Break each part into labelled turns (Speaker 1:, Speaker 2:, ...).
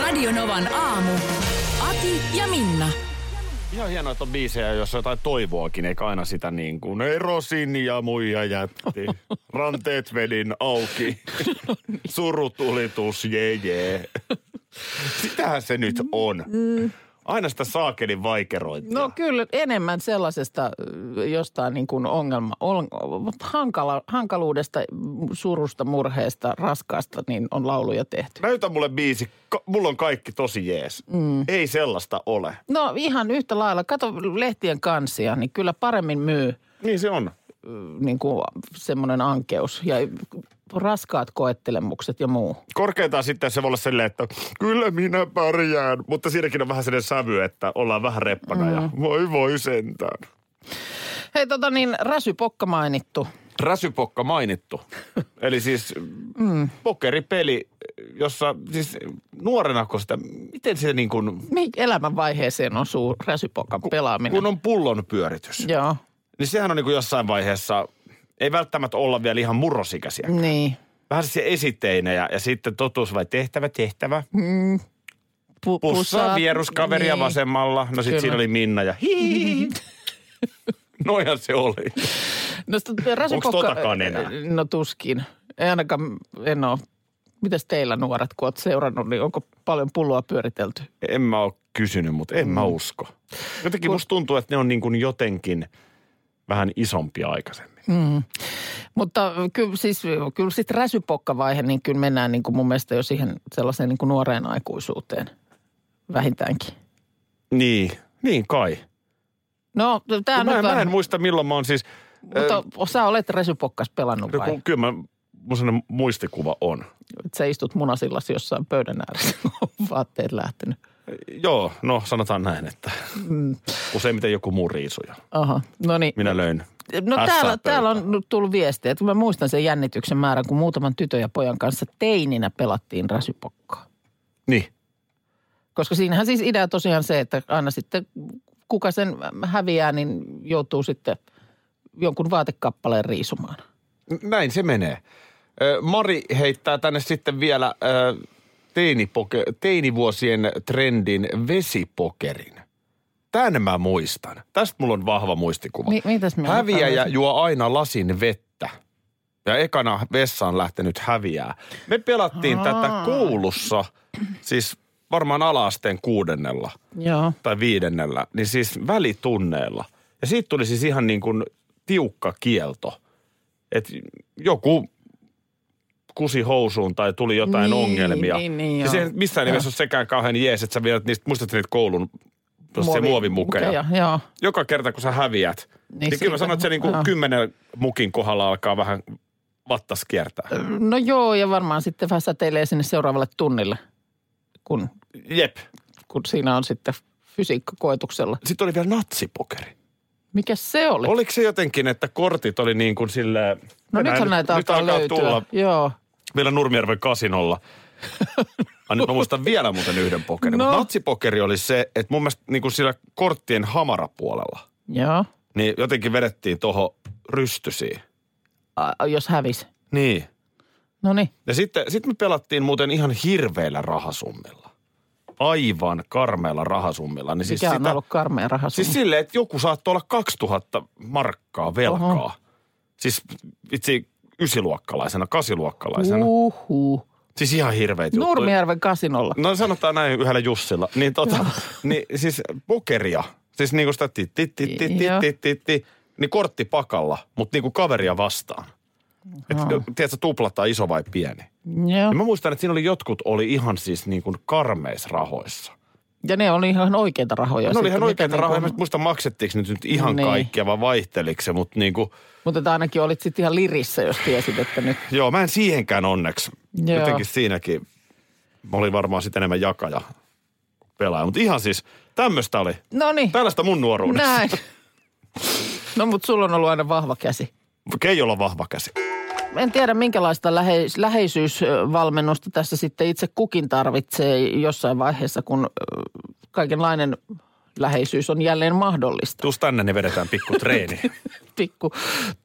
Speaker 1: Radionovan aamu. Ati ja Minna.
Speaker 2: Ihan hienoa, että on biisejä, jossa jotain toivoakin, eikä aina sitä niin kuin erosin ja muija jätti. Ranteet vedin auki. niin. Surutulitus, jee jee. Sitähän se nyt on. Aina sitä saakelin vaikerointia.
Speaker 3: No kyllä, enemmän sellaisesta ö, jostain niin kuin ongelma, on, hankala, hankaluudesta, m, surusta, murheesta, raskaasta, niin on lauluja tehty.
Speaker 2: Näytä mulle biisi. Ka- mulla on kaikki tosi jees. Mm. Ei sellaista ole.
Speaker 3: No ihan yhtä lailla, kato lehtien kansia, niin kyllä paremmin myy
Speaker 2: Niin se on.
Speaker 3: ö, niin kuin semmoinen ankeus ja raskaat koettelemukset ja muu.
Speaker 2: Korkeintaan sitten se voi olla silleen, että kyllä minä pärjään, mutta siinäkin on vähän sellainen sävy, että ollaan vähän reppana mm. ja voi voi sentään.
Speaker 3: Hei tota niin, Räsy Pokka mainittu.
Speaker 2: räsypokka mainittu. Eli siis mm. pokeripeli, jossa siis nuorena kun sitä, miten se niin kuin,
Speaker 3: Mihin elämänvaiheeseen osuu Räsypokan pelaaminen?
Speaker 2: kun on pullon pyöritys, ja.
Speaker 3: Joo,
Speaker 2: niin sehän on niin kuin jossain vaiheessa, ei välttämättä olla vielä ihan murrosikäisiä. Mm.
Speaker 3: niin.
Speaker 2: Vähän se esiteinä ja, ja sitten totuus vai tehtävä, tehtävä.
Speaker 3: Pu-
Speaker 2: Pussaa vieruskaveria
Speaker 3: niin.
Speaker 2: vasemmalla, no
Speaker 3: Kyllä.
Speaker 2: sitten siinä oli Minna ja hiihihi. Noihan se oli.
Speaker 3: No, sitä räsypokka-
Speaker 2: totakaan enää?
Speaker 3: No tuskin. Ei ainakaan, en ole. Mitäs teillä nuoret, kun oot seurannut, niin onko paljon pulloa pyöritelty?
Speaker 2: En mä ole kysynyt, mutta en mm. mä usko. Jotenkin musta tuntuu, että ne on niin kuin jotenkin vähän isompia aikaisemmin.
Speaker 3: Mutta kyllä siis, kyllä sit räsypokkavaihe, niin kyllä mennään niin kuin mun mielestä jo siihen sellaiseen niin kuin nuoreen aikuisuuteen vähintäänkin.
Speaker 2: Niin, niin kai.
Speaker 3: No, tämä
Speaker 2: Mä
Speaker 3: nyt
Speaker 2: en, mä en
Speaker 3: on,
Speaker 2: muista milloin mä oon siis,
Speaker 3: mutta sä olet räsypokkas pelannut
Speaker 2: no,
Speaker 3: vai?
Speaker 2: kun, kyllä mä, mun sellainen muistikuva on.
Speaker 3: Et Sä istut munasillasi jossain pöydän ääressä, kun vaatteet lähtenyt.
Speaker 2: Joo, no sanotaan näin, että Mm. useimmiten joku muu riisuja.
Speaker 3: Aha, no niin.
Speaker 2: Minä löin
Speaker 3: No
Speaker 2: ässää
Speaker 3: täällä,
Speaker 2: pöytään.
Speaker 3: täällä on nyt tullut viestejä, että mä muistan sen jännityksen määrän, kun muutaman tytön ja pojan kanssa teininä pelattiin räsypokkaa.
Speaker 2: Niin,
Speaker 3: Koska siinähän siis idea tosiaan se, että aina sitten kuka sen häviää, niin joutuu sitten jonkun vaatekappaleen riisumaan.
Speaker 2: näin se menee. Ö, Mari heittää tänne sitten vielä ö, teinipoke, teinivuosien trendin vesipokerin. Tän mä muistan. Tästä mulla on vahva muistikuva.
Speaker 3: Mi- mitäs me
Speaker 2: Häviäjä
Speaker 3: otetaan?
Speaker 2: juo aina lasin vettä. Ja ekana vessaan lähtenyt häviää. Me pelattiin Aa. tätä koulussa, siis varmaan alaasteen kuudennella
Speaker 3: Joo.
Speaker 2: tai viidennellä, niin siis välitunneilla. Ja siitä tuli siis ihan niin kuin tiukka kielto. Että joku kusi housuun tai tuli jotain
Speaker 3: Niin,
Speaker 2: ongelmia.
Speaker 3: niin, niin,
Speaker 2: ja
Speaker 3: joo.
Speaker 2: siihen missään nimessä ole sekään kauhean jees, että sä vielä niistä, muistat niitä koulun Muovi, muovimukeja
Speaker 3: mukeja, Joo.
Speaker 2: joka kerta kun sä häviät, niin, niin kyllä
Speaker 3: siitä-
Speaker 2: mä sanon, että se niinku
Speaker 3: joo.
Speaker 2: kymmenen mukin kohdalla alkaa vähän vattas kiertää.
Speaker 3: No joo, ja varmaan sitten vähän säteilee sinne seuraavalle tunnille, kun,
Speaker 2: Jep.
Speaker 3: kun siinä on sitten fysiikkakoetuksella.
Speaker 2: Sitten oli vielä natsipokeri.
Speaker 3: Mikä se oli?
Speaker 2: Oliko se jotenkin, että kortit oli niin kuin sille...
Speaker 3: No
Speaker 2: Tänään
Speaker 3: nythän
Speaker 2: nyt-
Speaker 3: näitä
Speaker 2: nyt
Speaker 3: alkaa,
Speaker 2: alkaa
Speaker 3: löytyä.
Speaker 2: tulla
Speaker 3: Joo.
Speaker 2: vielä Nurmijärven kasinolla. Ai nyt mä muistan vielä muuten yhden pokerin. No.
Speaker 3: No.
Speaker 2: Natsipokeri oli se, että mun mielestä niin kuin sillä korttien hamarapuolella,
Speaker 3: Joo.
Speaker 2: niin jotenkin vedettiin tuohon rystysiin.
Speaker 3: A, jos hävis.
Speaker 2: Niin.
Speaker 3: No niin.
Speaker 2: Ja sitten sit me pelattiin muuten ihan hirveillä rahasummilla. Aivan karmeilla rahasummilla. Niin
Speaker 3: Siis
Speaker 2: siis
Speaker 3: Mikä on
Speaker 2: sitä,
Speaker 3: ollut karmea rahasumma?
Speaker 2: Siis silleen, että joku saattoi olla 2000 markkaa velkaa. Oho.
Speaker 3: Oho.
Speaker 2: Siis vitsi ysiluokkalaisena, kasiluokkalaisena. Uh.
Speaker 3: Uhu.
Speaker 2: Siis ihan hirveet juttuja.
Speaker 3: Nurmijärven kasinolla.
Speaker 2: No sanotaan näin yhdellä Jussilla. Niin tota, niin siis pokeria. Siis niinku sitä ti ti ti ti ti
Speaker 3: Joo.
Speaker 2: ti ti ti niin kortti pakalla, mutta niinku kaveria vastaan. Et, tiedätkö, tuplataan iso vai pieni.
Speaker 3: Joo.
Speaker 2: Ja mä muistan, että siinä oli jotkut oli ihan siis niin kuin karmeisrahoissa.
Speaker 3: Ja ne oli ihan oikeita rahoja.
Speaker 2: Ja ne oli
Speaker 3: sitten,
Speaker 2: ihan
Speaker 3: mitä
Speaker 2: oikeita rahoja. Mä
Speaker 3: Niin
Speaker 2: en muista maksettiinko nyt, nyt ihan niin.
Speaker 3: Niin.
Speaker 2: kaikkia vai vaihteliko se, mutta niin kuin,
Speaker 3: mutta että ainakin olit sitten ihan lirissä, jos tiesit, että nyt.
Speaker 2: joo mä en siihenkään onneksi. Joo.
Speaker 3: Joo.
Speaker 2: Jotenkin siinäkin Mä olin varmaan sitten enemmän jakaja kuin pelaaja. Mutta ihan siis, tämmöistä oli.
Speaker 3: No niin,
Speaker 2: Tällaista mun nuoruudessa.
Speaker 3: näin. No mutta sulla on ollut aina vahva käsi.
Speaker 2: Keijolla vahva käsi.
Speaker 3: En tiedä, minkälaista läheis- läheisyysvalmennusta tässä sitten itse kukin tarvitsee jossain vaiheessa, kun ö, kaikenlainen läheisyys on jälleen mahdollista.
Speaker 2: Tuus tänne, niin vedetään pikku treeni.
Speaker 3: Pikku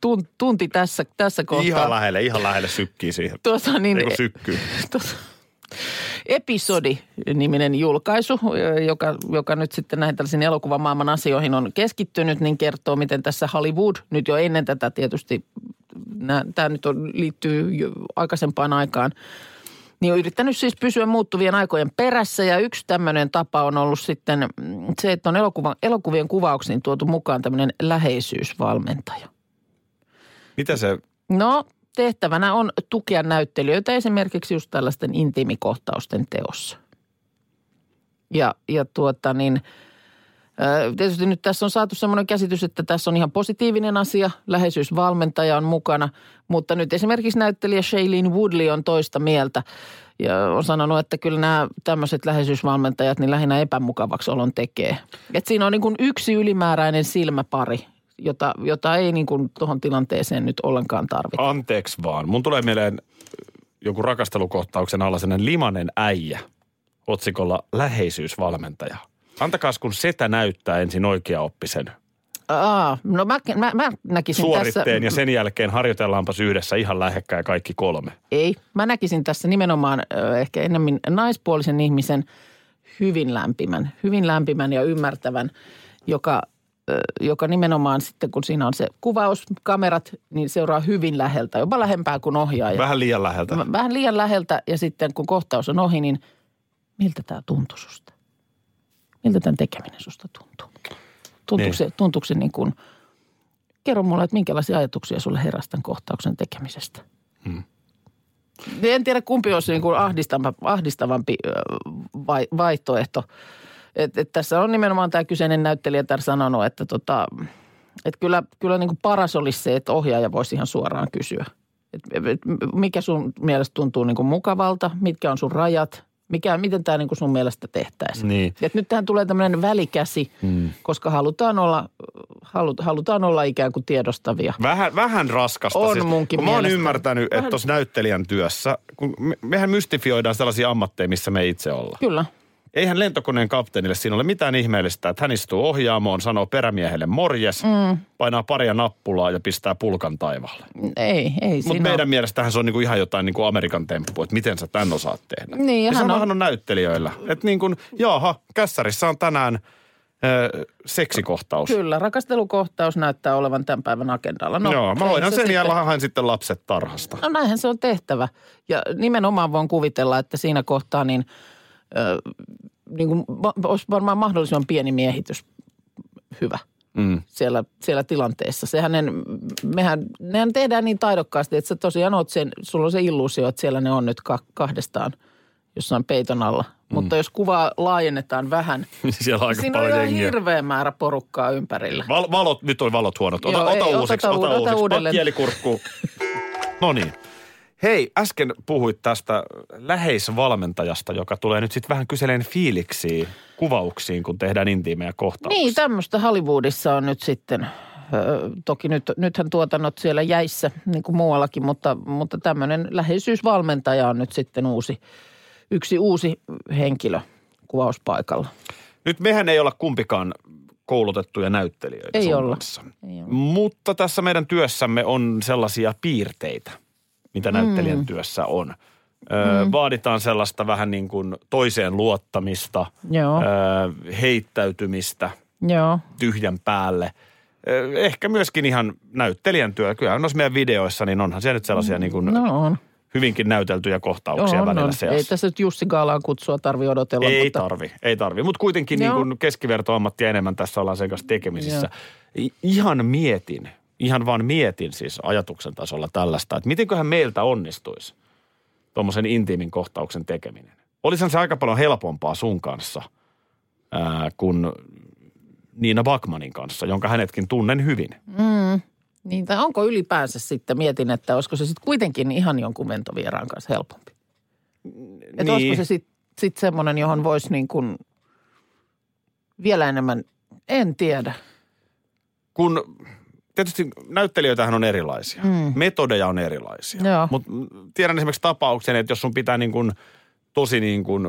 Speaker 3: tun- tunti tässä, tässä kohtaa.
Speaker 2: ihan lähelle, ihan lähelle sykkii siihen.
Speaker 3: Tuossa niin,
Speaker 2: Ei kun sykkyy.
Speaker 3: tuossa, Episodi-niminen julkaisu, ö, joka, joka nyt sitten näihin tällaisiin elokuvamaailman asioihin on keskittynyt, niin kertoo, miten tässä Hollywood, nyt jo ennen tätä tietysti, tämä nyt on, liittyy jo aikaisempaan aikaan, niin on yrittänyt siis pysyä muuttuvien aikojen perässä ja yksi tämmöinen tapa on ollut sitten mm, se, että on elokuva, elokuvien kuvauksiin tuotu mukaan tämmöinen läheisyysvalmentaja.
Speaker 2: Mitä se,
Speaker 3: No, tehtävänä on tukea näyttelijöitä esimerkiksi just tällaisten intiimikohtausten teossa. Ja, ja tuota niin, ö, tietysti nyt tässä on saatu semmoinen käsitys, että tässä on ihan positiivinen asia. Läheisyysvalmentaja on mukana, mutta nyt esimerkiksi näyttelijä Shailene Woodley on toista mieltä. Ja on sanonut, että kyllä nämä tämmöiset läheisyysvalmentajat niin lähinnä epämukavaksi olon tekee. Et siinä on niin kuin yksi ylimääräinen silmäpari, jota, jota ei niin kuin tuohon tilanteeseen nyt ollenkaan tarvita.
Speaker 2: anteeksi vaan. Mun tulee mieleen joku rakastelukohtauksen alla sellainen limanen äijä otsikolla läheisyysvalmentaja. Antakaa kun setä näyttää ensin oikeaoppisen
Speaker 3: Aa, no mä, mä, mä näkisin tässä...
Speaker 2: suoritteen ja sen jälkeen harjoitellaanpas yhdessä ihan lähekkäin kaikki kolme.
Speaker 3: Ei, mä näkisin tässä nimenomaan ö, ehkä enemmän naispuolisen ihmisen hyvin lämpimän, hyvin lämpimän ja ymmärtävän, joka, ö, joka nimenomaan sitten kun siinä on se kuvaus, kamerat, niin seuraa hyvin läheltä, jopa lähempää kuin ohjaaja.
Speaker 2: Vähän liian läheltä.
Speaker 3: Väh- Vähän liian läheltä ja sitten kun kohtaus on ohi, niin miltä tämä tuntuu susta? Miltä tämän tekeminen susta tuntuu? Tuntuuko
Speaker 2: Niin.
Speaker 3: se, tuntuuko se niin kuin, kerro mulle, että minkälaisia ajatuksia sulle heräsi tämän kohtauksen tekemisestä? Hmm. En tiedä kumpi olisi niin kuin ahdistava, ahdistavampi ö, vai, vaihtoehto. Et, et tässä on nimenomaan tämä kyseinen näyttelijä täällä sanonut, että tota, et kyllä, kyllä niin kuin paras olisi se, että ohjaaja voisi ihan suoraan kysyä. Et, et, mikä sun mielestä tuntuu niin kuin mukavalta, mitkä on sun rajat, mikä, miten tämä niin kuin sun mielestä tehtäisiin.
Speaker 2: Niin. Mm.
Speaker 3: Et nyt tähän tulee tämmöinen välikäsi, hmm. koska halutaan olla, halu, halutaan olla ikään kuin tiedostavia.
Speaker 2: Vähän, vähän raskasta. siis.
Speaker 3: On munkin
Speaker 2: kun mä oon
Speaker 3: mielestä.
Speaker 2: ymmärtänyt, että tuossa näyttelijän työssä, kun me, mehän mystifioidaan sellaisia ammatteja, missä me ei itse olla.
Speaker 3: Kyllä.
Speaker 2: Eihän lentokoneen kapteenille siinä ole mitään ihmeellistä, että hän istuu ohjaamoon, sanoo perämiehelle morjes, mm. painaa paria nappulaa ja pistää pulkan taivaalle.
Speaker 3: Ei, ei
Speaker 2: Mutta
Speaker 3: siinä
Speaker 2: meidän mielestähän se on niinku ihan jotain niinku Amerikan temppu, että miten sä tämän osaat tehdä.
Speaker 3: Niin, ja hän on-
Speaker 2: samahan on näyttelijöillä. Että niin kuin, jaha, kässärissä on tänään ö, seksikohtaus.
Speaker 3: Kyllä, rakastelukohtaus näyttää olevan tämän päivän agendalla. No,
Speaker 2: Joo, mä
Speaker 3: ei
Speaker 2: hoidan
Speaker 3: se
Speaker 2: sen
Speaker 3: sitten-
Speaker 2: ja haen sitten lapset tarhasta.
Speaker 3: No näinhän se on tehtävä. Ja nimenomaan voin kuvitella, että siinä kohtaa niin, ö, niin kuin, va- olisi varmaan mahdollisimman pieni miehitys hyvä mm. siellä, siellä tilanteessa. Sehän ne, mehän, nehän tehdään niin taidokkaasti, että sä tosiaan oot sen, sulla on se illuusio, että siellä ne on nyt ka- kahdestaan jossain peiton alla. Mm. Mutta jos kuvaa laajennetaan vähän,
Speaker 2: Niin Siellä on aika
Speaker 3: siinä on
Speaker 2: paljon
Speaker 3: ihan
Speaker 2: jengiä.
Speaker 3: hirveä määrä porukkaa ympärillä.
Speaker 2: Val, valot, nyt oli valot huonot. Ota,
Speaker 3: Joo,
Speaker 2: ota
Speaker 3: ei,
Speaker 2: uusiksi,
Speaker 3: ota-
Speaker 2: ota,
Speaker 3: ota
Speaker 2: uusiksi.
Speaker 3: uudelleen.
Speaker 2: Pakkielikurkku. no niin. Hei, äsken puhuit tästä läheisvalmentajasta, joka tulee nyt sitten vähän kyseleen fiiliksiin, kuvauksiin, kun tehdään intiimejä kohtauksia.
Speaker 3: Niin, tämmöistä Hollywoodissa on nyt sitten. Öö, toki nyt, nythän tuotannot siellä jäissä, niin kuin muuallakin, mutta, mutta tämmöinen läheisyysvalmentaja on nyt sitten uusi, yksi uusi henkilö kuvauspaikalla.
Speaker 2: Nyt mehän ei olla kumpikaan koulutettuja näyttelijöitä
Speaker 3: Ei
Speaker 2: sun
Speaker 3: olla.
Speaker 2: kanssa.
Speaker 3: Ei olla.
Speaker 2: Mutta tässä meidän työssämme on sellaisia piirteitä,
Speaker 3: Mm.
Speaker 2: mitä näyttelijän työssä on. Ö, Vaaditaan sellaista vähän niin kuin toiseen luottamista,
Speaker 3: Joo.
Speaker 2: ö, heittäytymistä,
Speaker 3: Joo,
Speaker 2: tyhjän päälle. Ö, Ehkä myöskin ihan näyttelijän työ. Kyllähän noissa meidän videoissa, niin onhan siellä nyt sellaisia niin kuin
Speaker 3: no on.
Speaker 2: hyvinkin näyteltyjä kohtauksia
Speaker 3: on,
Speaker 2: välillä
Speaker 3: on.
Speaker 2: seassa.
Speaker 3: Ei tässä nyt Jussi Gaalaan kutsua tarvi odotella,
Speaker 2: Ei
Speaker 3: mutta
Speaker 2: tarvi, ei tarvi. Mutta kuitenkin niin
Speaker 3: Joo.
Speaker 2: kun keskivertoammattia enemmän tässä ollaan sen kanssa tekemisissä. I- Ihan mietin, ihan vaan mietin siis ajatuksen tasolla tällaista, että mitenköhän meiltä onnistuisi tuommoisen intiimin kohtauksen tekeminen. Olisihan se aika paljon helpompaa sun kanssa ää, kuin Niina Bakmanin kanssa, jonka hänetkin tunnen hyvin.
Speaker 3: niin, tai onko ylipäänsä sitten,
Speaker 2: Niin.
Speaker 3: mietin, että olisiko se sitten kuitenkin ihan jonkun ventovieraan kanssa helpompi. Että olisiko se sitten sitten semmoinen, johon voisi niin kuin vielä enemmän, en tiedä.
Speaker 2: Kun tietysti näyttelijöitähän on erilaisia. Mm. Metodeja on erilaisia.
Speaker 3: Joo.
Speaker 2: Mutta tiedän esimerkiksi tapauksen, että jos sun pitää niin kuin tosi niin kuin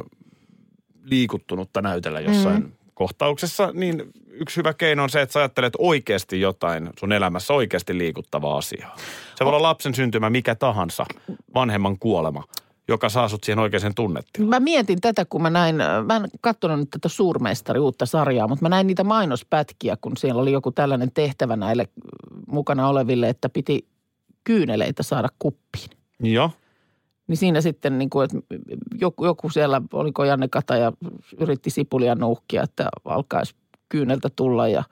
Speaker 2: liikuttunutta näytellä jossain mm. kohtauksessa, niin yksi hyvä keino on se, että sä ajattelet oikeasti jotain sun elämässä oikeasti liikuttavaa asiaa. Se voi olla lapsen syntymä, mikä tahansa, vanhemman kuolema, joka saa sut siihen oikeaan tunnettiin.
Speaker 3: Mä mietin tätä, kun mä näin, äh, mä en katsonut nyt tätä Suurmestari uutta sarjaa, mutta mä näin niitä mainospätkiä, kun siellä oli joku tällainen tehtävä näille äh, mukana oleville, että piti kyyneleitä saada kuppiin.
Speaker 2: Joo.
Speaker 3: Niin siinä sitten, niin kuin, että joku, joku siellä, oliko Janne Kataja, yritti sipulia nuuhkia, että alkaisi kyyneltä tulla ja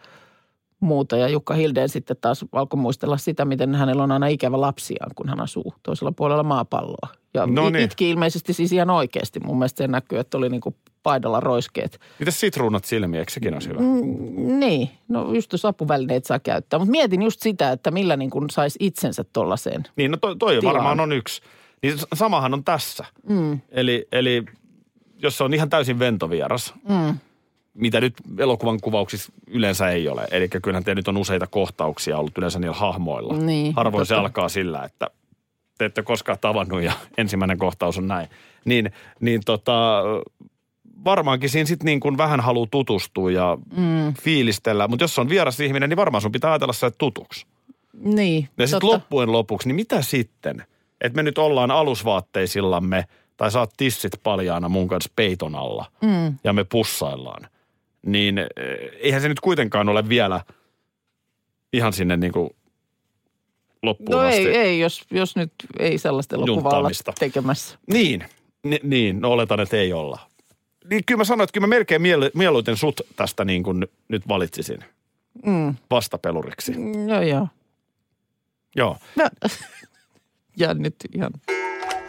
Speaker 3: muuta. Ja Jukka Hilden sitten taas alkoi muistella sitä, miten hänellä on aina ikävä lapsiaan, kun hän asuu toisella puolella maapalloa. Ja
Speaker 2: No
Speaker 3: no
Speaker 2: niin.
Speaker 3: niin. itki ilmeisesti siis ihan oikeasti. Mun mielestä se näkyy, että oli niin kuin paidalla roiskeet.
Speaker 2: Mitäs sitruunat silmiä, eikö sekin olisi hyvä?
Speaker 3: Mm, niin, no just jos apuvälineet saa käyttää. Mutta mietin just sitä, että millä niin kuin saisi itsensä tollaiseen.
Speaker 2: Niin, no toi, toi
Speaker 3: Tilaan.
Speaker 2: varmaan on yksi. Niin s- samahan on tässä. Mm. Eli, eli jos se on ihan täysin ventovieras, mm. mitä nyt elokuvan kuvauksissa yleensä ei ole. Eli kyllähän te nyt on useita kohtauksia ollut yleensä niillä hahmoilla.
Speaker 3: Niin,
Speaker 2: Harvoin se
Speaker 3: totta.
Speaker 2: alkaa sillä, että te ette ole koskaan tavannut ja ensimmäinen kohtaus on näin. Niin, niin tota, varmaankin siinä sitten niin kuin vähän haluaa tutustua ja mm. fiilistellä. Mutta jos se on vieras ihminen, niin varmaan sun pitää ajatella se tutuksi.
Speaker 3: Niin,
Speaker 2: Ja
Speaker 3: totta.
Speaker 2: sitten loppujen lopuksi, niin mitä sitten? Että me nyt ollaan alusvaatteisillamme, tai saat tissit paljaana mun kanssa peiton alla, mm. ja me pussaillaan. Niin eh, eihän se nyt kuitenkaan ole vielä ihan sinne niin kuin loppuun
Speaker 3: No
Speaker 2: asti.
Speaker 3: ei, ei jos, jos nyt ei sellaista elokuvaa olla
Speaker 2: Junttaamista.
Speaker 3: tekemässä.
Speaker 2: Niin, ni, niin, no oletan, että ei olla. Niin kyllä mä sanoin, että kyllä mä melkein miele- mieluiten sut tästä niin kuin ny- nyt valitsisin mm. vastapeluriksi. Mm.
Speaker 3: No joo.
Speaker 2: Joo.
Speaker 3: No. ja nyt ihan.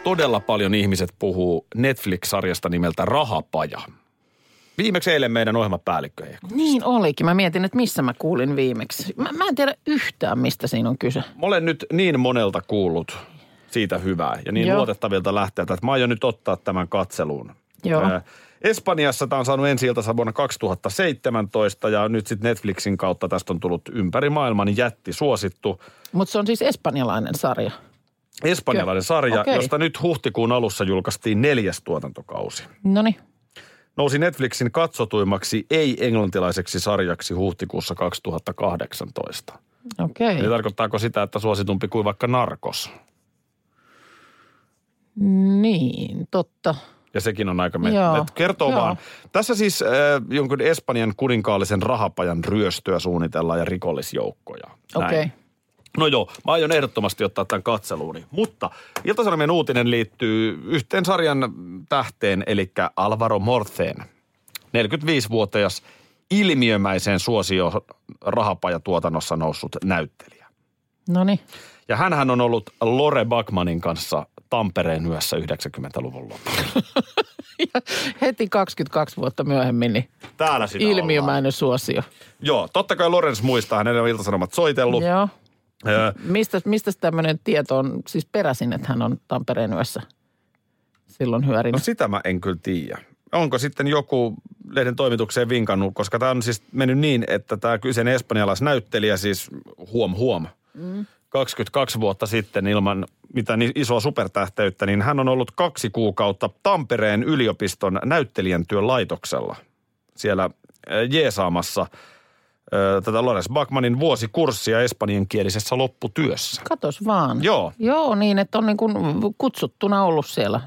Speaker 2: todella paljon ihmiset puhuu Netflix-sarjasta nimeltä Rahapaja. Viimeksi eilen meidän ohjelmapäällikkö. Eeku.
Speaker 3: Niin olikin. Mä mietin, että missä mä kuulin viimeksi. Mä, mä en tiedä yhtään, mistä siinä on kyse.
Speaker 2: Mä olen nyt niin monelta kuullut siitä hyvää ja niin Joo.
Speaker 3: Joo.
Speaker 2: luotettavilta lähteiltä, että mä aion nyt ottaa tämän katseluun.
Speaker 3: Joo.
Speaker 2: Ää, Espanjassa tämä on saanut ensi vuonna 2017 ja nyt sitten Netflixin kautta tästä on tullut ympäri maailman jätti suosittu.
Speaker 3: Mutta se on siis espanjalainen sarja.
Speaker 2: Espanjalainen
Speaker 3: Kyllä.
Speaker 2: sarja, okay.
Speaker 3: Okei.
Speaker 2: josta nyt huhtikuun alussa julkaistiin neljäs tuotantokausi.
Speaker 3: No niin.
Speaker 2: nousi Netflixin katsotuimmaksi ei-englantilaiseksi sarjaksi huhtikuussa 2018.
Speaker 3: Okei.
Speaker 2: Eli tarkoittaako sitä, että suositumpi kuin vaikka Narkos?
Speaker 3: Niin, totta.
Speaker 2: Ja sekin on aika
Speaker 3: Joo.
Speaker 2: mennyt. Kertoo
Speaker 3: Joo.
Speaker 2: vaan. Tässä siis äh, jonkun Espanjan kuninkaallisen rahapajan ryöstöä suunnitellaan ja rikollisjoukkoja. Näin.
Speaker 3: Okei.
Speaker 2: No joo, mä aion ehdottomasti ottaa tämän katseluuni. Mutta Ilta-Sanomien uutinen liittyy yhteen sarjan tähteen, eli Alvaro Morteen. 45-vuotias ilmiömäiseen suosioon rahapajatuotannossa noussut näyttelijä.
Speaker 3: No niin.
Speaker 2: Ja hänhän on ollut Lore Backmanin kanssa Tampereen yössä 90-luvun lopulla.
Speaker 3: Heti 22 vuotta myöhemmin niin
Speaker 2: Täällä sitä ollaan.
Speaker 3: ilmiömäinen suosio.
Speaker 2: Joo, totta kai Lorenz muistaa, hänellä on Ilta-Sanomat soitellut.
Speaker 3: Joo.
Speaker 2: Öö,
Speaker 3: Mistä, mistä tämmöinen tieto on siis peräisin, että hän on Tampereen yössä silloin hyörinä?
Speaker 2: No sitä mä en kyllä tiedä. Onko sitten joku lehden toimitukseen vinkannut, koska tämä on siis mennyt niin, että tämä kyseinen espanjalaisnäyttelijä siis huom huom. Mm. 22 vuotta sitten ilman mitään ni- isoa supertähteyttä, niin hän on ollut kaksi kuukautta Tampereen yliopiston näyttelijän työn laitoksella. Siellä äh, jeesaamassa äh, tätä Lorenz Bachmanin vuosikurssia espanjankielisessä lopputyössä.
Speaker 3: Katos vaan.
Speaker 2: Joo.
Speaker 3: Joo, niin, että on niin kuin kutsuttuna ollut siellä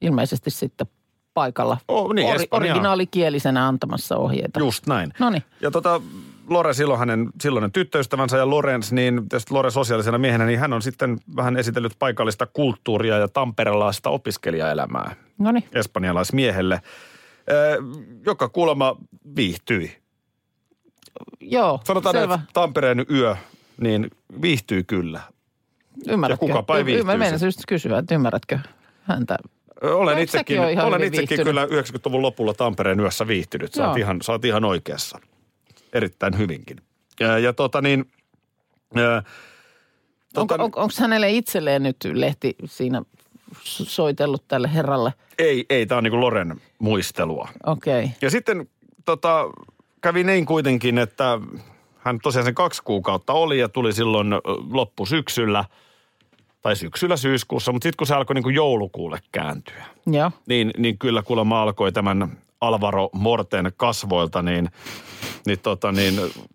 Speaker 3: ilmeisesti sitten paikalla.
Speaker 2: Oh, niin,
Speaker 3: Ori,
Speaker 2: Espanjaa.
Speaker 3: originaalikielisenä antamassa ohjeita.
Speaker 2: Just näin.
Speaker 3: No niin.
Speaker 2: Ja tota, Lore silloin hänen silloinen tyttöystävänsä ja Lorenz, niin tietysti Lore sosiaalisena miehenä, niin hän on sitten vähän esitellyt paikallista kulttuuria ja tamperelaista opiskelijaelämää
Speaker 3: No niin.
Speaker 2: espanjalaismiehelle, ö, joka kuulemma viihtyi.
Speaker 3: Joo,
Speaker 2: Sanotaan,
Speaker 3: selvä.
Speaker 2: että Tampereen yö, niin viihtyy kyllä.
Speaker 3: Ymmärrätkö?
Speaker 2: ja kukapa ei viihtyisi.
Speaker 3: Mä meinasin just kysyä, että ymmärrätkö häntä.
Speaker 2: Ö, Olen
Speaker 3: No, eikö
Speaker 2: itsekin,
Speaker 3: säkin ole ihan
Speaker 2: olen
Speaker 3: hyvin
Speaker 2: itsekin kyllä
Speaker 3: viihtynyt?
Speaker 2: 90-luvun lopulla Tampereen yössä viihtynyt. Sä oot
Speaker 3: Joo.
Speaker 2: ihan, sä oot ihan oikeassa. Erittäin hyvinkin. Ja, ja tota niin... ö, Tota-
Speaker 3: Onko, on, onko hänelle itselleen nyt lehti siinä so- soitellut tälle herralle.
Speaker 2: Ei, ei, tämä on niin kuin Loren muistelua.
Speaker 3: Okei. Okay.
Speaker 2: Ja sitten tota, kävi niin kuitenkin, että hän tosiaan sen kaksi kuukautta oli ja tuli silloin ö, loppusyksyllä, tai syksyllä syyskuussa, mutta sitten kun se alkoi niin kuin joulukuulle kääntyä,
Speaker 3: Joo.
Speaker 2: niin, niin kyllä kuulemma alkoi tämän Alvaro Morten kasvoilta, niin, niin, tota, niin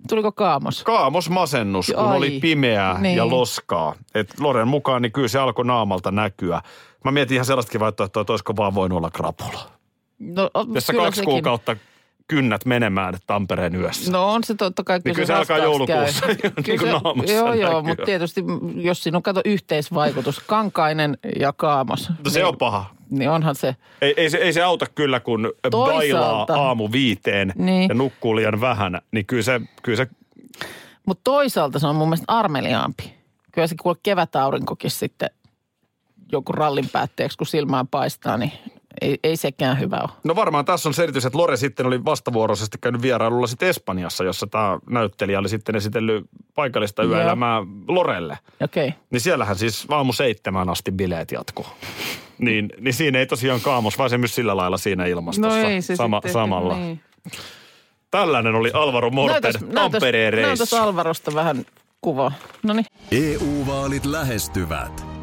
Speaker 3: Tuliko kaamos?
Speaker 2: kaamosmasennus, kun
Speaker 3: Ai.
Speaker 2: oli pimeää
Speaker 3: Niin.
Speaker 2: ja loskaa. Et Loren mukaan, niin kyllä se alkoi naamalta näkyä. Mä mietin ihan sellaistakin vaihtoehtoa, että olisiko vaan voinut olla krapula.
Speaker 3: No, o-
Speaker 2: Tässä
Speaker 3: kyllä
Speaker 2: kaksi
Speaker 3: sekin.
Speaker 2: kuukautta kynnät menemään Tampereen yössä.
Speaker 3: No on se totta kai.
Speaker 2: Niin
Speaker 3: kyllä
Speaker 2: kyllä se alkaa
Speaker 3: raskaaksi
Speaker 2: joulukuussa,
Speaker 3: käy.
Speaker 2: niin kuin
Speaker 3: Kyllä se-
Speaker 2: naamassa
Speaker 3: Joo, joo,
Speaker 2: näkyy.
Speaker 3: mutta tietysti mm, jos siinä on, kato, yhteisvaikutus, kankainen ja kaamos.
Speaker 2: No se
Speaker 3: niin,
Speaker 2: on paha.
Speaker 3: Niin onhan se.
Speaker 2: Ei, ei, se, ei se auta kyllä, kun
Speaker 3: Toisaalta.
Speaker 2: bailaa aamu viiteen
Speaker 3: Niin.
Speaker 2: ja nukkuu liian vähän. Niin kyllä se, kyllä se
Speaker 3: Mutta toisaalta se on mun mielestä armeliaampi. Kyllä se kuule kevätaurinkokin sitten joku rallin päätteeksi, kun silmään paistaa, niin ei, ei sekään hyvä ole.
Speaker 2: No varmaan tässä on se erityis, että Lore sitten oli vastavuoroisesti käynyt vierailulla sitten Espanjassa, jossa tämä näyttelijä oli sitten esitellyt paikallista
Speaker 3: Joo.
Speaker 2: yöelämää Lorelle.
Speaker 3: Okei.
Speaker 2: Niin siellähän siis aamu seitsemään asti bileet jatkuu. Niin, niin siinä ei tosiaan kaamos, vaan se myös sillä lailla siinä ilmastossa
Speaker 3: No
Speaker 2: sama, samalla.
Speaker 3: Niin.
Speaker 2: Tällainen oli Alvaro Morten
Speaker 3: Näytäs- näytäs-
Speaker 2: Tampereen
Speaker 3: Näytäs
Speaker 2: reissu.
Speaker 3: Alvarosta vähän kuvaa. No niin.
Speaker 4: EU-vaalit E lähestyvät.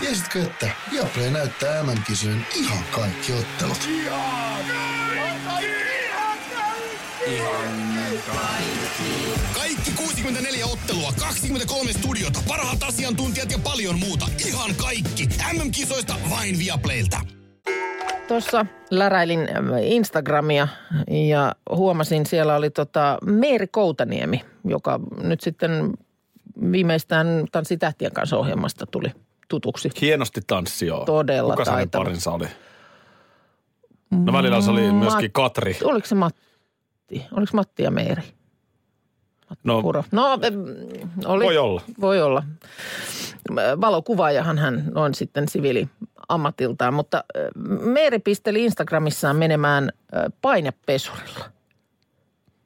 Speaker 5: Tiesitkö, että Viaplay näyttää MM-kisojen ihan kaikki ottelut?
Speaker 6: Kaikki 64 ottelua, 23 studiota, parhaat asiantuntijat ja paljon muuta. Ihan kaikki. MM-kisoista vain Viaplaylta.
Speaker 3: Tuossa läräilin äm, Instagramia ja huomasin, siellä oli tota Meeri Koutaniemi, joka nyt sitten viimeistään Tanssi tähtien kanssa ohjelmasta tuli tutuksi.
Speaker 2: Hienosti tanssi joo.
Speaker 3: Todella
Speaker 2: Kuka hänen
Speaker 3: taitava. Mm,
Speaker 2: parinsa oli? No välillä se oli myöskin Katri.
Speaker 3: Oliko se Matti? Oliko Matti ja Meeri?
Speaker 2: No
Speaker 3: Kuro. No, em, oli,
Speaker 2: voi olla.
Speaker 3: voi olla. Valokuvaajahan hän on sitten siviili ammatiltaan, mutta ö, Meeri pisteli Instagramissaan menemään ö, painepesurilla.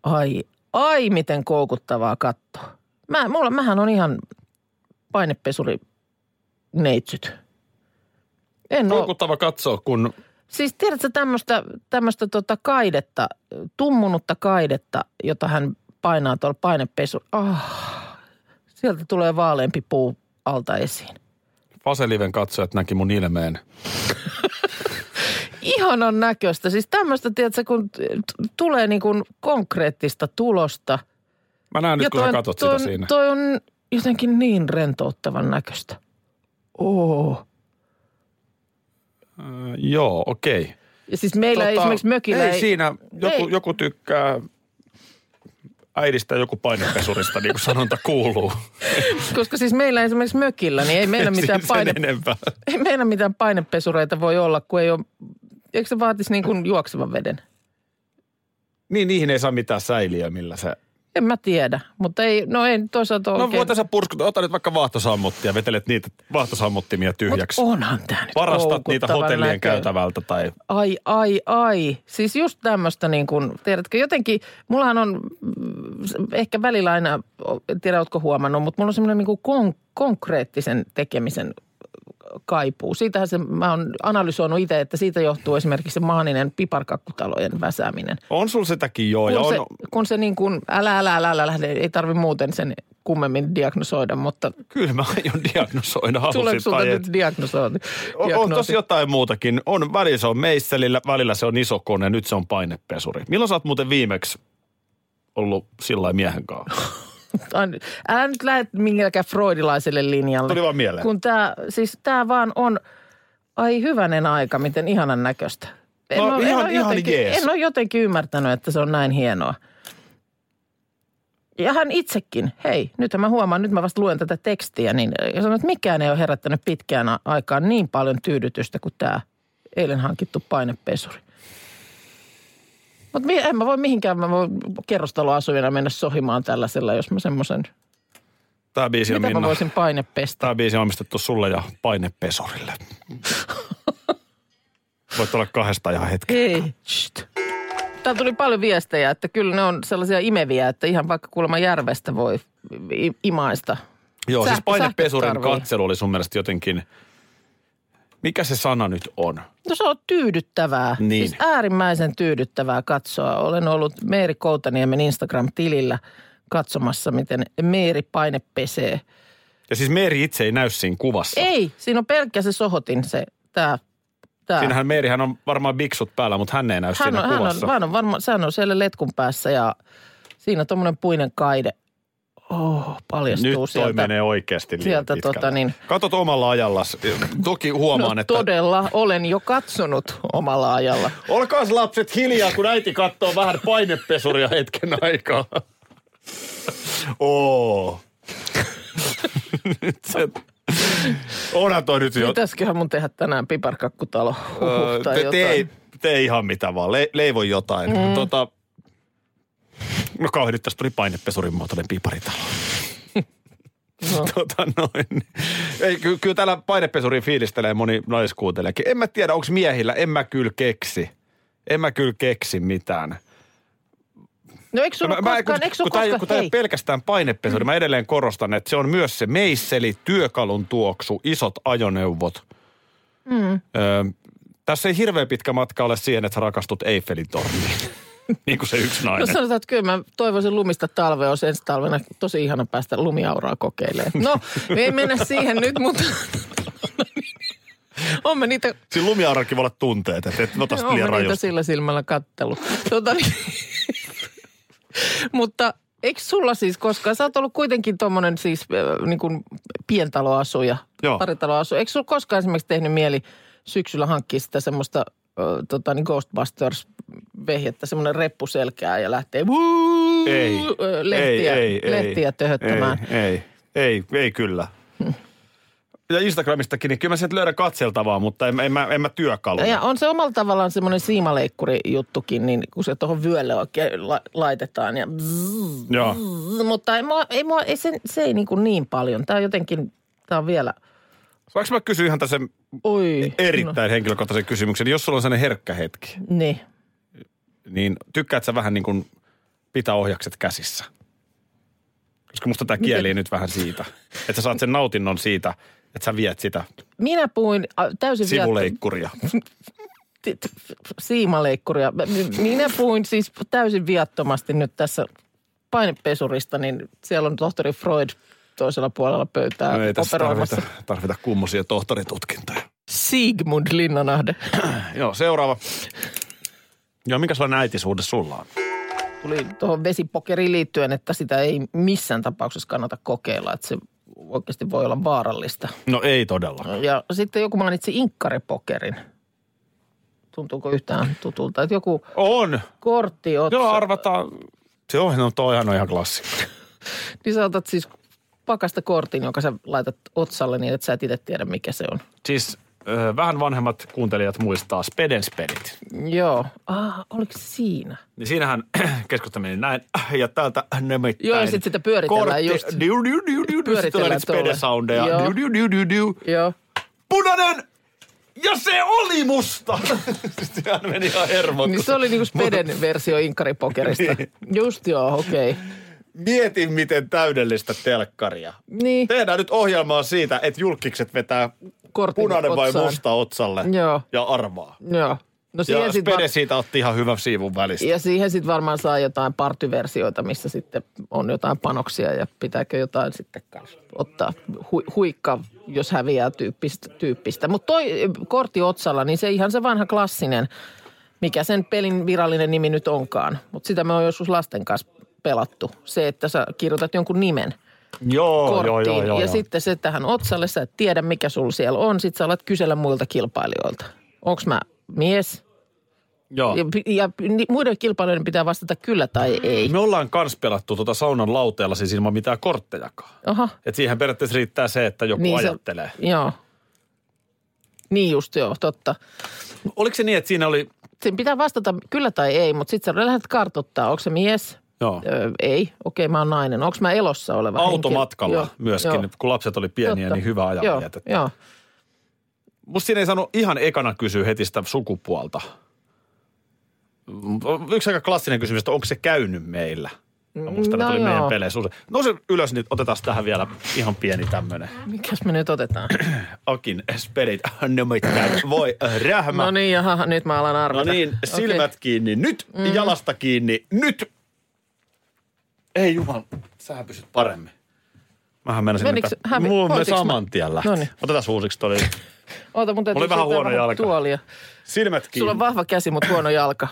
Speaker 3: Ai, ai miten koukuttavaa katsoa. Mä, mulla, mähän on ihan painepesuri neitsyt. En oo-
Speaker 2: Koukuttava katsoa, kun
Speaker 3: Siis tiedätkö tämmöistä, tämmöistä tota kaidetta, tummunutta kaidetta, jota hän painaa tuolla painepesu. Ah, sieltä tulee vaaleampi puu alta esiin.
Speaker 2: Vaseliven katsojat näki mun ilmeen.
Speaker 3: Ihanan näköistä. Siis tämmöistä, tiedätkö, kun t- t- tulee niin kuin konkreettista tulosta.
Speaker 2: Mä näen nyt, kun sä
Speaker 3: on-
Speaker 2: katot
Speaker 3: toi,
Speaker 2: sitä
Speaker 3: on-
Speaker 2: siinä.
Speaker 3: Toi on jotenkin niin rentouttavan näköistä. Oo.
Speaker 2: Joo, okei.
Speaker 3: Ja siis meillä ei esimerkiksi mökillä
Speaker 2: Tota, ei, siinä, joku,
Speaker 3: ei.
Speaker 2: joku tykkää äidistä ja joku painepesurista, niin kuin sanonta kuuluu.
Speaker 3: koska siis meillä esimerkiksi mökillä, niin ei meillä mitään
Speaker 2: Sen
Speaker 3: paine,
Speaker 2: enempää.
Speaker 3: ei meillä mitään painepesureita voi olla, kun ei ole, eikö se vaatisi niin kuin juoksevan veden?
Speaker 2: Niin, niihin ei saa mitään säiliöä, millä se...
Speaker 3: En mä tiedä, mutta ei, no ei toisaalta
Speaker 2: No
Speaker 3: oikein.
Speaker 2: voitaisiin purskuta. Ota nyt vaikka vaahtosammuttia, vetelet niitä vaahtosammuttimia
Speaker 3: Mut
Speaker 2: tyhjäksi.
Speaker 3: onhan tämä nyt
Speaker 2: Varastat niitä
Speaker 3: koukuttavan
Speaker 2: hotellien
Speaker 3: näköinen.
Speaker 2: käytävältä tai...
Speaker 3: Ai, ai, ai. Siis just tämmöistä niin kuin, tiedätkö, jotenkin, mullahan on mm, s- ehkä välillä aina, o- en tiedä ootko huomannut, mutta mulla on semmoinen niin kuin kon- konkreettisen tekemisen kaipuu. Siitähän se, mä oon analysoinut itse, että siitä johtuu esimerkiksi se maaninen piparkakkutalojen väsääminen.
Speaker 2: On sul sitäkin joo. Ja
Speaker 3: kun,
Speaker 2: on,
Speaker 3: se, kun se niin kuin, älä, älä, älä, älä lähde, ei tarvi muuten sen kummemmin diagnosoida, mutta
Speaker 2: Kyllä mä aion diagnosoida
Speaker 3: tuleeko
Speaker 2: halusin
Speaker 3: sulta
Speaker 2: Oh, tai et.
Speaker 3: nyt diagnosointi?
Speaker 2: On, on tosi jotain muutakin. On, välillä se on meisselillä, välillä se on iso kone, nyt se on painepesuri. Milloin sä oot muuten viimeksi ollut sillä lailla miehen kanssa?
Speaker 3: Ai nyt- Älä nyt lähde millekään freudilaiselle linjalle.
Speaker 2: Tuli vaan mieleen.
Speaker 3: Kun tää, siis tää vaan on, ai hyvänen aika, miten ihanan näköistä. En
Speaker 2: No,
Speaker 3: oo- en
Speaker 2: ihan-
Speaker 3: oo
Speaker 2: ihan
Speaker 3: jotenkin,
Speaker 2: jees.
Speaker 3: En ole jotenkin ymmärtänyt, että se on näin hienoa. Ja hän itsekin, hei, nythän mä huomaan, nyt mä vasta luen tätä tekstiä, niin ja sanon, että mikään ei ole herättänyt pitkään a- aikaan niin paljon tyydytystä kuin tämä eilen hankittu painepesuri. Mutta en mä voi mihinkään, mä voi kerrostaloasujana mennä sohimaan tällaisella, jos mä semmoisen,
Speaker 2: Tämä biisi on
Speaker 3: mitä mä
Speaker 2: Minna.
Speaker 3: voisin painepestä.
Speaker 2: Tämä biisi on omistettu sulle ja painepesurille. Voit olla kahdesta ihan hetki.
Speaker 3: Ei. Shht. Täällä tuli paljon viestejä, että kyllä ne on sellaisia imeviä, että ihan vaikka kuulemma järvestä voi i- imaista.
Speaker 2: Joo, siis
Speaker 3: Sähkö-
Speaker 2: painepesurin
Speaker 3: sähkötarvii.
Speaker 2: katselu oli sun mielestä jotenkin... Mikä se sana nyt on?
Speaker 3: No se on tyydyttävää.
Speaker 2: Niin.
Speaker 3: Siis äärimmäisen tyydyttävää katsoa. Olen ollut Meeri Koutaniemen Instagram-tilillä katsomassa, miten Meeri paine pesee.
Speaker 2: Ja siis Meeri itse ei näy siinä kuvassa.
Speaker 3: Ei, siinä on pelkkä se sohotin, se tämä. Tää.
Speaker 2: Siinähän Meerihän on varmaan biksut päällä, mutta hän ei näy
Speaker 3: hän
Speaker 2: siinä
Speaker 3: on, hän on,
Speaker 2: kuvassa.
Speaker 3: hän on varma, sehän on siellä letkun päässä ja siinä tuommoinen puinen kaide. Oh, paljastuu
Speaker 2: Nyt toi
Speaker 3: sieltä.
Speaker 2: menee oikeasti liian
Speaker 3: sieltä
Speaker 2: pitkälle.
Speaker 3: tota niin-
Speaker 2: Katot omalla ajallas. Toki huomaan,
Speaker 3: no,
Speaker 2: että...
Speaker 3: todella, olen jo katsonut omalla ajalla.
Speaker 2: Olkaas lapset hiljaa, kun äiti katsoo vähän painepesuria hetken aikaa. Oo. Nyt se... Onhan toi nyt jo...
Speaker 3: Pitäisiköhän mun tehdä tänään piparkakkutalo? Huhhuh,
Speaker 2: Öö,
Speaker 3: tai
Speaker 2: te,
Speaker 3: jotain.
Speaker 2: tee, tee ihan mitä vaan, Le, leivo jotain. Mm. Tota, no kauhean, nyt tästä tuli painepesurin muotoinen piparitalo. No. Tota noin. Ei, ky, kyllä täällä painepesurin fiilistelee moni naiskuuntelijakin. En mä tiedä, onko miehillä, en mä kyllä keksi. En mä kyllä keksi mitään.
Speaker 3: No eikö sun
Speaker 2: Mä-
Speaker 3: ole
Speaker 2: mä-
Speaker 3: koskaan, eikö sun
Speaker 2: kun tää ei-
Speaker 3: koskaan,
Speaker 2: kun tämä ei ole
Speaker 3: hei,
Speaker 2: pelkästään painepesu, mm. mä edelleen korostan, että se on myös se meisseli, työkalun tuoksu, isot ajoneuvot. Mm. Öö, tässä ei hirveän pitkä matka ole siihen, että sä rakastut Eiffelin torniin. niin kuin se yksi
Speaker 3: No
Speaker 2: nainen.
Speaker 3: sanotaan, että kyllä mä toivoisin lumista talvea, olisi ensi talvena tosi ihana päästä lumiauraa kokeilemaan. No, me ei mennä siihen nyt, mutta... on mä niitä
Speaker 2: Siinä lumiaurakin voi olla tunteet, että et ota sitä
Speaker 3: Joo,
Speaker 2: liian
Speaker 3: mä niitä
Speaker 2: rajusti.
Speaker 3: sillä silmällä kattelu. Tota, niin. mutta eikö sulla siis koskaan, sä oot ollut kuitenkin tuommoinen siis äh, niin kuin pientaloasuja,
Speaker 2: Joo.
Speaker 3: paritaloasuja. Eikö sulla koskaan esimerkiksi tehnyt mieli syksyllä hankkia sitä semmoista äh, tota, niin Ghostbusters-vehjettä, semmoinen reppu selkää ja lähtee vuu,
Speaker 2: Ei,
Speaker 3: äh, lehtiä,
Speaker 2: ei, ei,
Speaker 3: lehtiä
Speaker 2: ei,
Speaker 3: töhöttämään.
Speaker 2: Ei, ei, ei, ei kyllä. Ja Instagramistakin, niin kyllä mä sen löydän katseltavaa, mutta en, en, mä, en mä työkaluja.
Speaker 3: Ja on se omalla tavallaan semmoinen siimaleikkurijuttukin, niin kun se tuohon vyölle oikein la- laitetaan ja bzzz,
Speaker 2: Joo.
Speaker 3: Mm, mutta ei mua, ei mua, ei se, se ei niin, kuin niin paljon. Tämä on jotenkin, tämä on vielä,
Speaker 2: Saanko mä kysyä ihan tässä
Speaker 3: oi.
Speaker 2: erittäin henkilökohtaisen kysymyksen. Jos sulla on sellainen herkkä hetki,
Speaker 3: No, niin.
Speaker 2: niin tykkäät sä vähän niin kuin pitää ohjakset käsissä? Koska musta tämä kieli nyt vähän siitä, että sä saat sen nautinnon siitä, että sä viet sitä
Speaker 3: Minä puhuin ä, täysin viattomasti.
Speaker 2: sivuleikkuria.
Speaker 3: Siimaleikkuria. Mä- mi- Minä puhuin siis täysin viattomasti nyt tässä painepesurista, niin siellä on tohtori Freud toisella puolella pöytää
Speaker 2: No ei tässä
Speaker 3: operoimassa.
Speaker 2: tarvita, tarvita kummosia tohtoritutkintoja.
Speaker 3: Sigmund Linnanahde.
Speaker 2: Joo, seuraava. Joo, minkä sellainen äitisuhde sulla on?
Speaker 3: Tuli tuohon vesipokeriin liittyen, että sitä ei missään tapauksessa kannata kokeilla, että se oikeasti voi olla vaarallista.
Speaker 2: No ei todella.
Speaker 3: Ja sitten joku mainitsi inkkaripokerin. Tuntuuko yhtään tutulta? Että joku
Speaker 2: On.
Speaker 3: kortti otsa,
Speaker 2: Joo, arvataan. Se on, no toihan on ihan klassikko.
Speaker 3: niin sä otat siis pakasta kortin, jonka sä laitat otsalle niin, että sä et itse tiedä, mikä se on.
Speaker 2: Siis ö, vähän vanhemmat kuuntelijat muistaa Spedenspelit.
Speaker 3: Joo. Ah, oliko se siinä?
Speaker 2: Niin siinähän keskusta meni näin, ja täältä nimittäin.
Speaker 3: Joo, ja sit sitä pyöritellään just.
Speaker 2: Diu, diu, diu, diu, diu, sit tulee
Speaker 3: Pyöritellään
Speaker 2: niitä
Speaker 3: tolle.
Speaker 2: spedesoundeja.
Speaker 3: Joo.
Speaker 2: Diu, diu, diu, diu, diu.
Speaker 3: Joo.
Speaker 2: Punainen! Ja se oli musta! Sehän meni ihan hermot.
Speaker 3: Niin se oli niinku Speden versio inkkaripokerista. Just joo, okei. Okay.
Speaker 2: Mietin, miten täydellistä telkkaria.
Speaker 3: Niin,
Speaker 2: Tehdään nyt ohjelmaa siitä, että julkikset vetää
Speaker 3: kortin
Speaker 2: punainen vai
Speaker 3: otsaan.
Speaker 2: musta otsalle
Speaker 3: Joo.
Speaker 2: ja arvaa.
Speaker 3: Joo. No
Speaker 2: Ja
Speaker 3: siihen sit
Speaker 2: Spede
Speaker 3: var-
Speaker 2: siitä otti ihan hyvän siivun välistä.
Speaker 3: ja siihen sitten varmaan saa jotain partyversioita, missä sitten on jotain panoksia ja pitääkö jotain sitten kanssa ottaa hu- huikka, jos häviää tyyppistä. tyyppistä. Mutta toi eh, kortti otsalla, niin se ihan se vanha klassinen, mikä sen pelin virallinen nimi nyt onkaan. Mutta sitä me on joskus lasten kanssa pelattu. Se, että sä kirjoitat jonkun nimen –
Speaker 2: Joo,
Speaker 3: korttiin.
Speaker 2: joo, joo, joo.
Speaker 3: ja
Speaker 2: joo.
Speaker 3: sitten se tähän otsalle, sä et tiedä mikä sulla siellä on. Sitten sä alat kysellä muilta kilpailijoilta. Onks mä mies?
Speaker 2: joo.
Speaker 3: Ja, pi- ja ni- muiden kilpailijoiden pitää vastata kyllä tai ei.
Speaker 2: Me ollaan kans pelattu tuota saunan lauteella siis ilman mitään korttejakaan.
Speaker 3: Oho.
Speaker 2: Et siihen periaatteessa riittää se, että joku niin ajattelee.
Speaker 3: Se, joo. Niin just joo, totta.
Speaker 2: Oliko se niin, että siinä oli...
Speaker 3: Sen pitää vastata kyllä tai ei, mutta sitten sä lähdet kartoittaa, onko se mies?
Speaker 2: Joo.
Speaker 3: Öö, ei, okei mä oon nainen. Onko mä elossa oleva
Speaker 2: Automatkalla
Speaker 3: henkilö? Joo,
Speaker 2: myöskin,
Speaker 3: joo.
Speaker 2: kun lapset oli pieniä,
Speaker 3: Totta.
Speaker 2: niin hyvä ajan
Speaker 3: Joo,
Speaker 2: vietettä.
Speaker 3: joo.
Speaker 2: Musta siinä ei saanut ihan ekana kysyä heti sitä sukupuolta. Yksi aika klassinen kysymys, että onko se käynyt meillä? No, musta no
Speaker 3: no
Speaker 2: tuli meidän
Speaker 3: joo.
Speaker 2: peleissä usein. Nouse ylös, niin otetaan tähän vielä ihan pieni tämmönen.
Speaker 3: Mikäs me nyt otetaan?
Speaker 2: Akin spelit, nimittäin voi äh, rähmä.
Speaker 3: No niin, jaha, nyt mä alan
Speaker 2: No
Speaker 3: arvata.
Speaker 2: niin,
Speaker 3: Okei. Mm.
Speaker 2: silmät kiinni nyt, jalasta kiinni nyt. Ei juman, sä pysyt paremmin. Mähän menisin,
Speaker 3: Menikö-
Speaker 2: että
Speaker 3: hävi-
Speaker 2: mulla me
Speaker 3: voitinko mä? No niin.
Speaker 2: saman tien lähti.
Speaker 3: Noniin.
Speaker 2: Otetaan uusiksi toi.
Speaker 3: Oota, mun täytyy
Speaker 2: Mulla oli vähän
Speaker 3: siirtää
Speaker 2: huono jalka.
Speaker 3: Tuolia.
Speaker 2: Silmät kiinni.
Speaker 3: Sulla on vahva käsi, mutta huono jalka.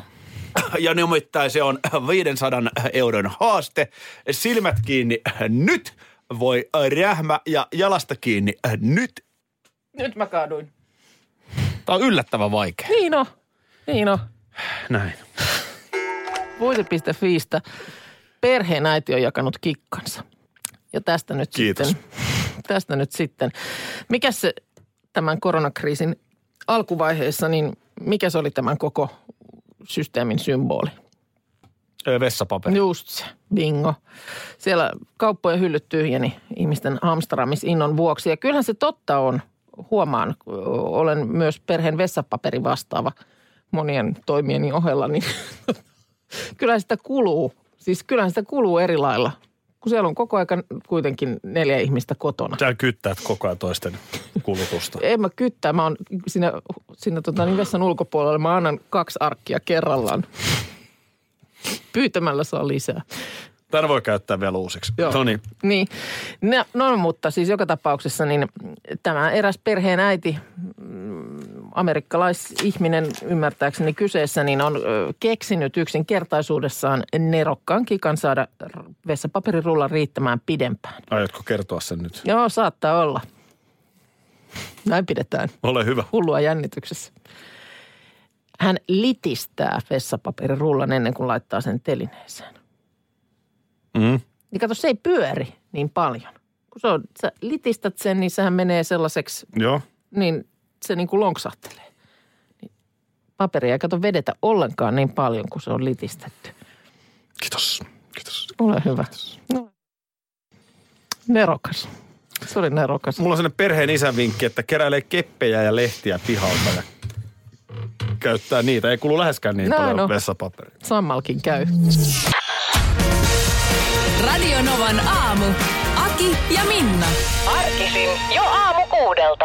Speaker 2: Ja nimittäin se on 500 euron haaste. Silmät kiinni nyt, voi rähmä ja jalasta kiinni nyt.
Speaker 3: Nyt mä kaaduin.
Speaker 2: Tämä on yllättävän vaikea.
Speaker 3: Niin on, niin on.
Speaker 2: Näin.
Speaker 3: Voise.fiistä. Perheen äiti on jakanut kikkansa. Ja tästä nyt
Speaker 2: Kiitos.
Speaker 3: sitten. Tästä nyt sitten. Mikä se tämän koronakriisin alkuvaiheessa, niin mikä se oli tämän koko systeemin symboli?
Speaker 2: Ö, Vessapaperi.
Speaker 3: Just se, bingo. Siellä kauppojen hyllyt tyhjeni niin ihmisten hamstraamisinnon vuoksi. Ja kyllähän se totta on, huomaan, ö, olen myös perheen vessapaperi vastaava monien toimieni ohella, niin kyllähän sitä kuluu. Siis kyllähän sitä kuluu eri lailla, kun siellä on koko ajan kuitenkin neljä ihmistä kotona.
Speaker 2: Sä kyttäät koko ajan toisten kulutusta.
Speaker 3: En mä kyttää, mä oon siinä, siinä tota, niin vessan ulkopuolella, mä annan kaksi arkkia kerrallaan. Pyytämällä saa lisää.
Speaker 2: Tän voi käyttää vielä uusiksi.
Speaker 3: Joo.
Speaker 2: No niin.
Speaker 3: Niin, no, no mutta siis joka tapauksessa niin tämä eräs perheen äiti, mm, amerikkalaisihminen ymmärtääkseni kyseessä, niin on ö, keksinyt yksinkertaisuudessaan nerokkaan kikan saada r- vessapaperirullan riittämään pidempään.
Speaker 2: Aiotko kertoa sen nyt?
Speaker 3: Joo, saattaa olla. Näin pidetään
Speaker 2: Ole hyvä.
Speaker 3: hullua jännityksessä. Hän litistää vessapaperirullan ennen kuin laittaa sen telineeseen.
Speaker 2: Mm.
Speaker 3: Niin kato, se ei pyöri niin paljon. Kun se on, sä litistät sen, niin sehän menee sellaiseksi,
Speaker 2: Joo.
Speaker 3: niin se niin kuin lonksahtelee. Niin paperia ei kato vedetä ollenkaan niin paljon, kun se on litistetty.
Speaker 2: Kiitos. Kiitos.
Speaker 3: Ole hyvä. No. Nerokas. Se oli nerokas.
Speaker 2: Mulla on sellainen perheen isän vinkki, että keräilee keppejä ja lehtiä pihalta ja käyttää niitä. Ei kulu läheskään niin
Speaker 3: Näin
Speaker 2: paljon
Speaker 3: on.
Speaker 2: vessapaperia.
Speaker 3: Sammalkin käy.
Speaker 1: Radio Novan aamu. Aki ja Minna.
Speaker 7: Arkisin jo aamu kuudelta.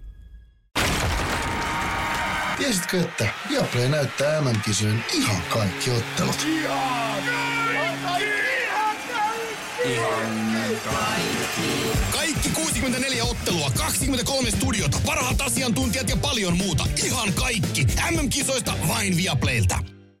Speaker 5: Tiesitkö, että Viaplay näyttää MM-kisojen ihan kaikki ottelut?
Speaker 6: Kaikki 64 ottelua, 23 studiota, parhaat asiantuntijat ja paljon muuta. Ihan kaikki. MM-kisoista vain Viaplaylta.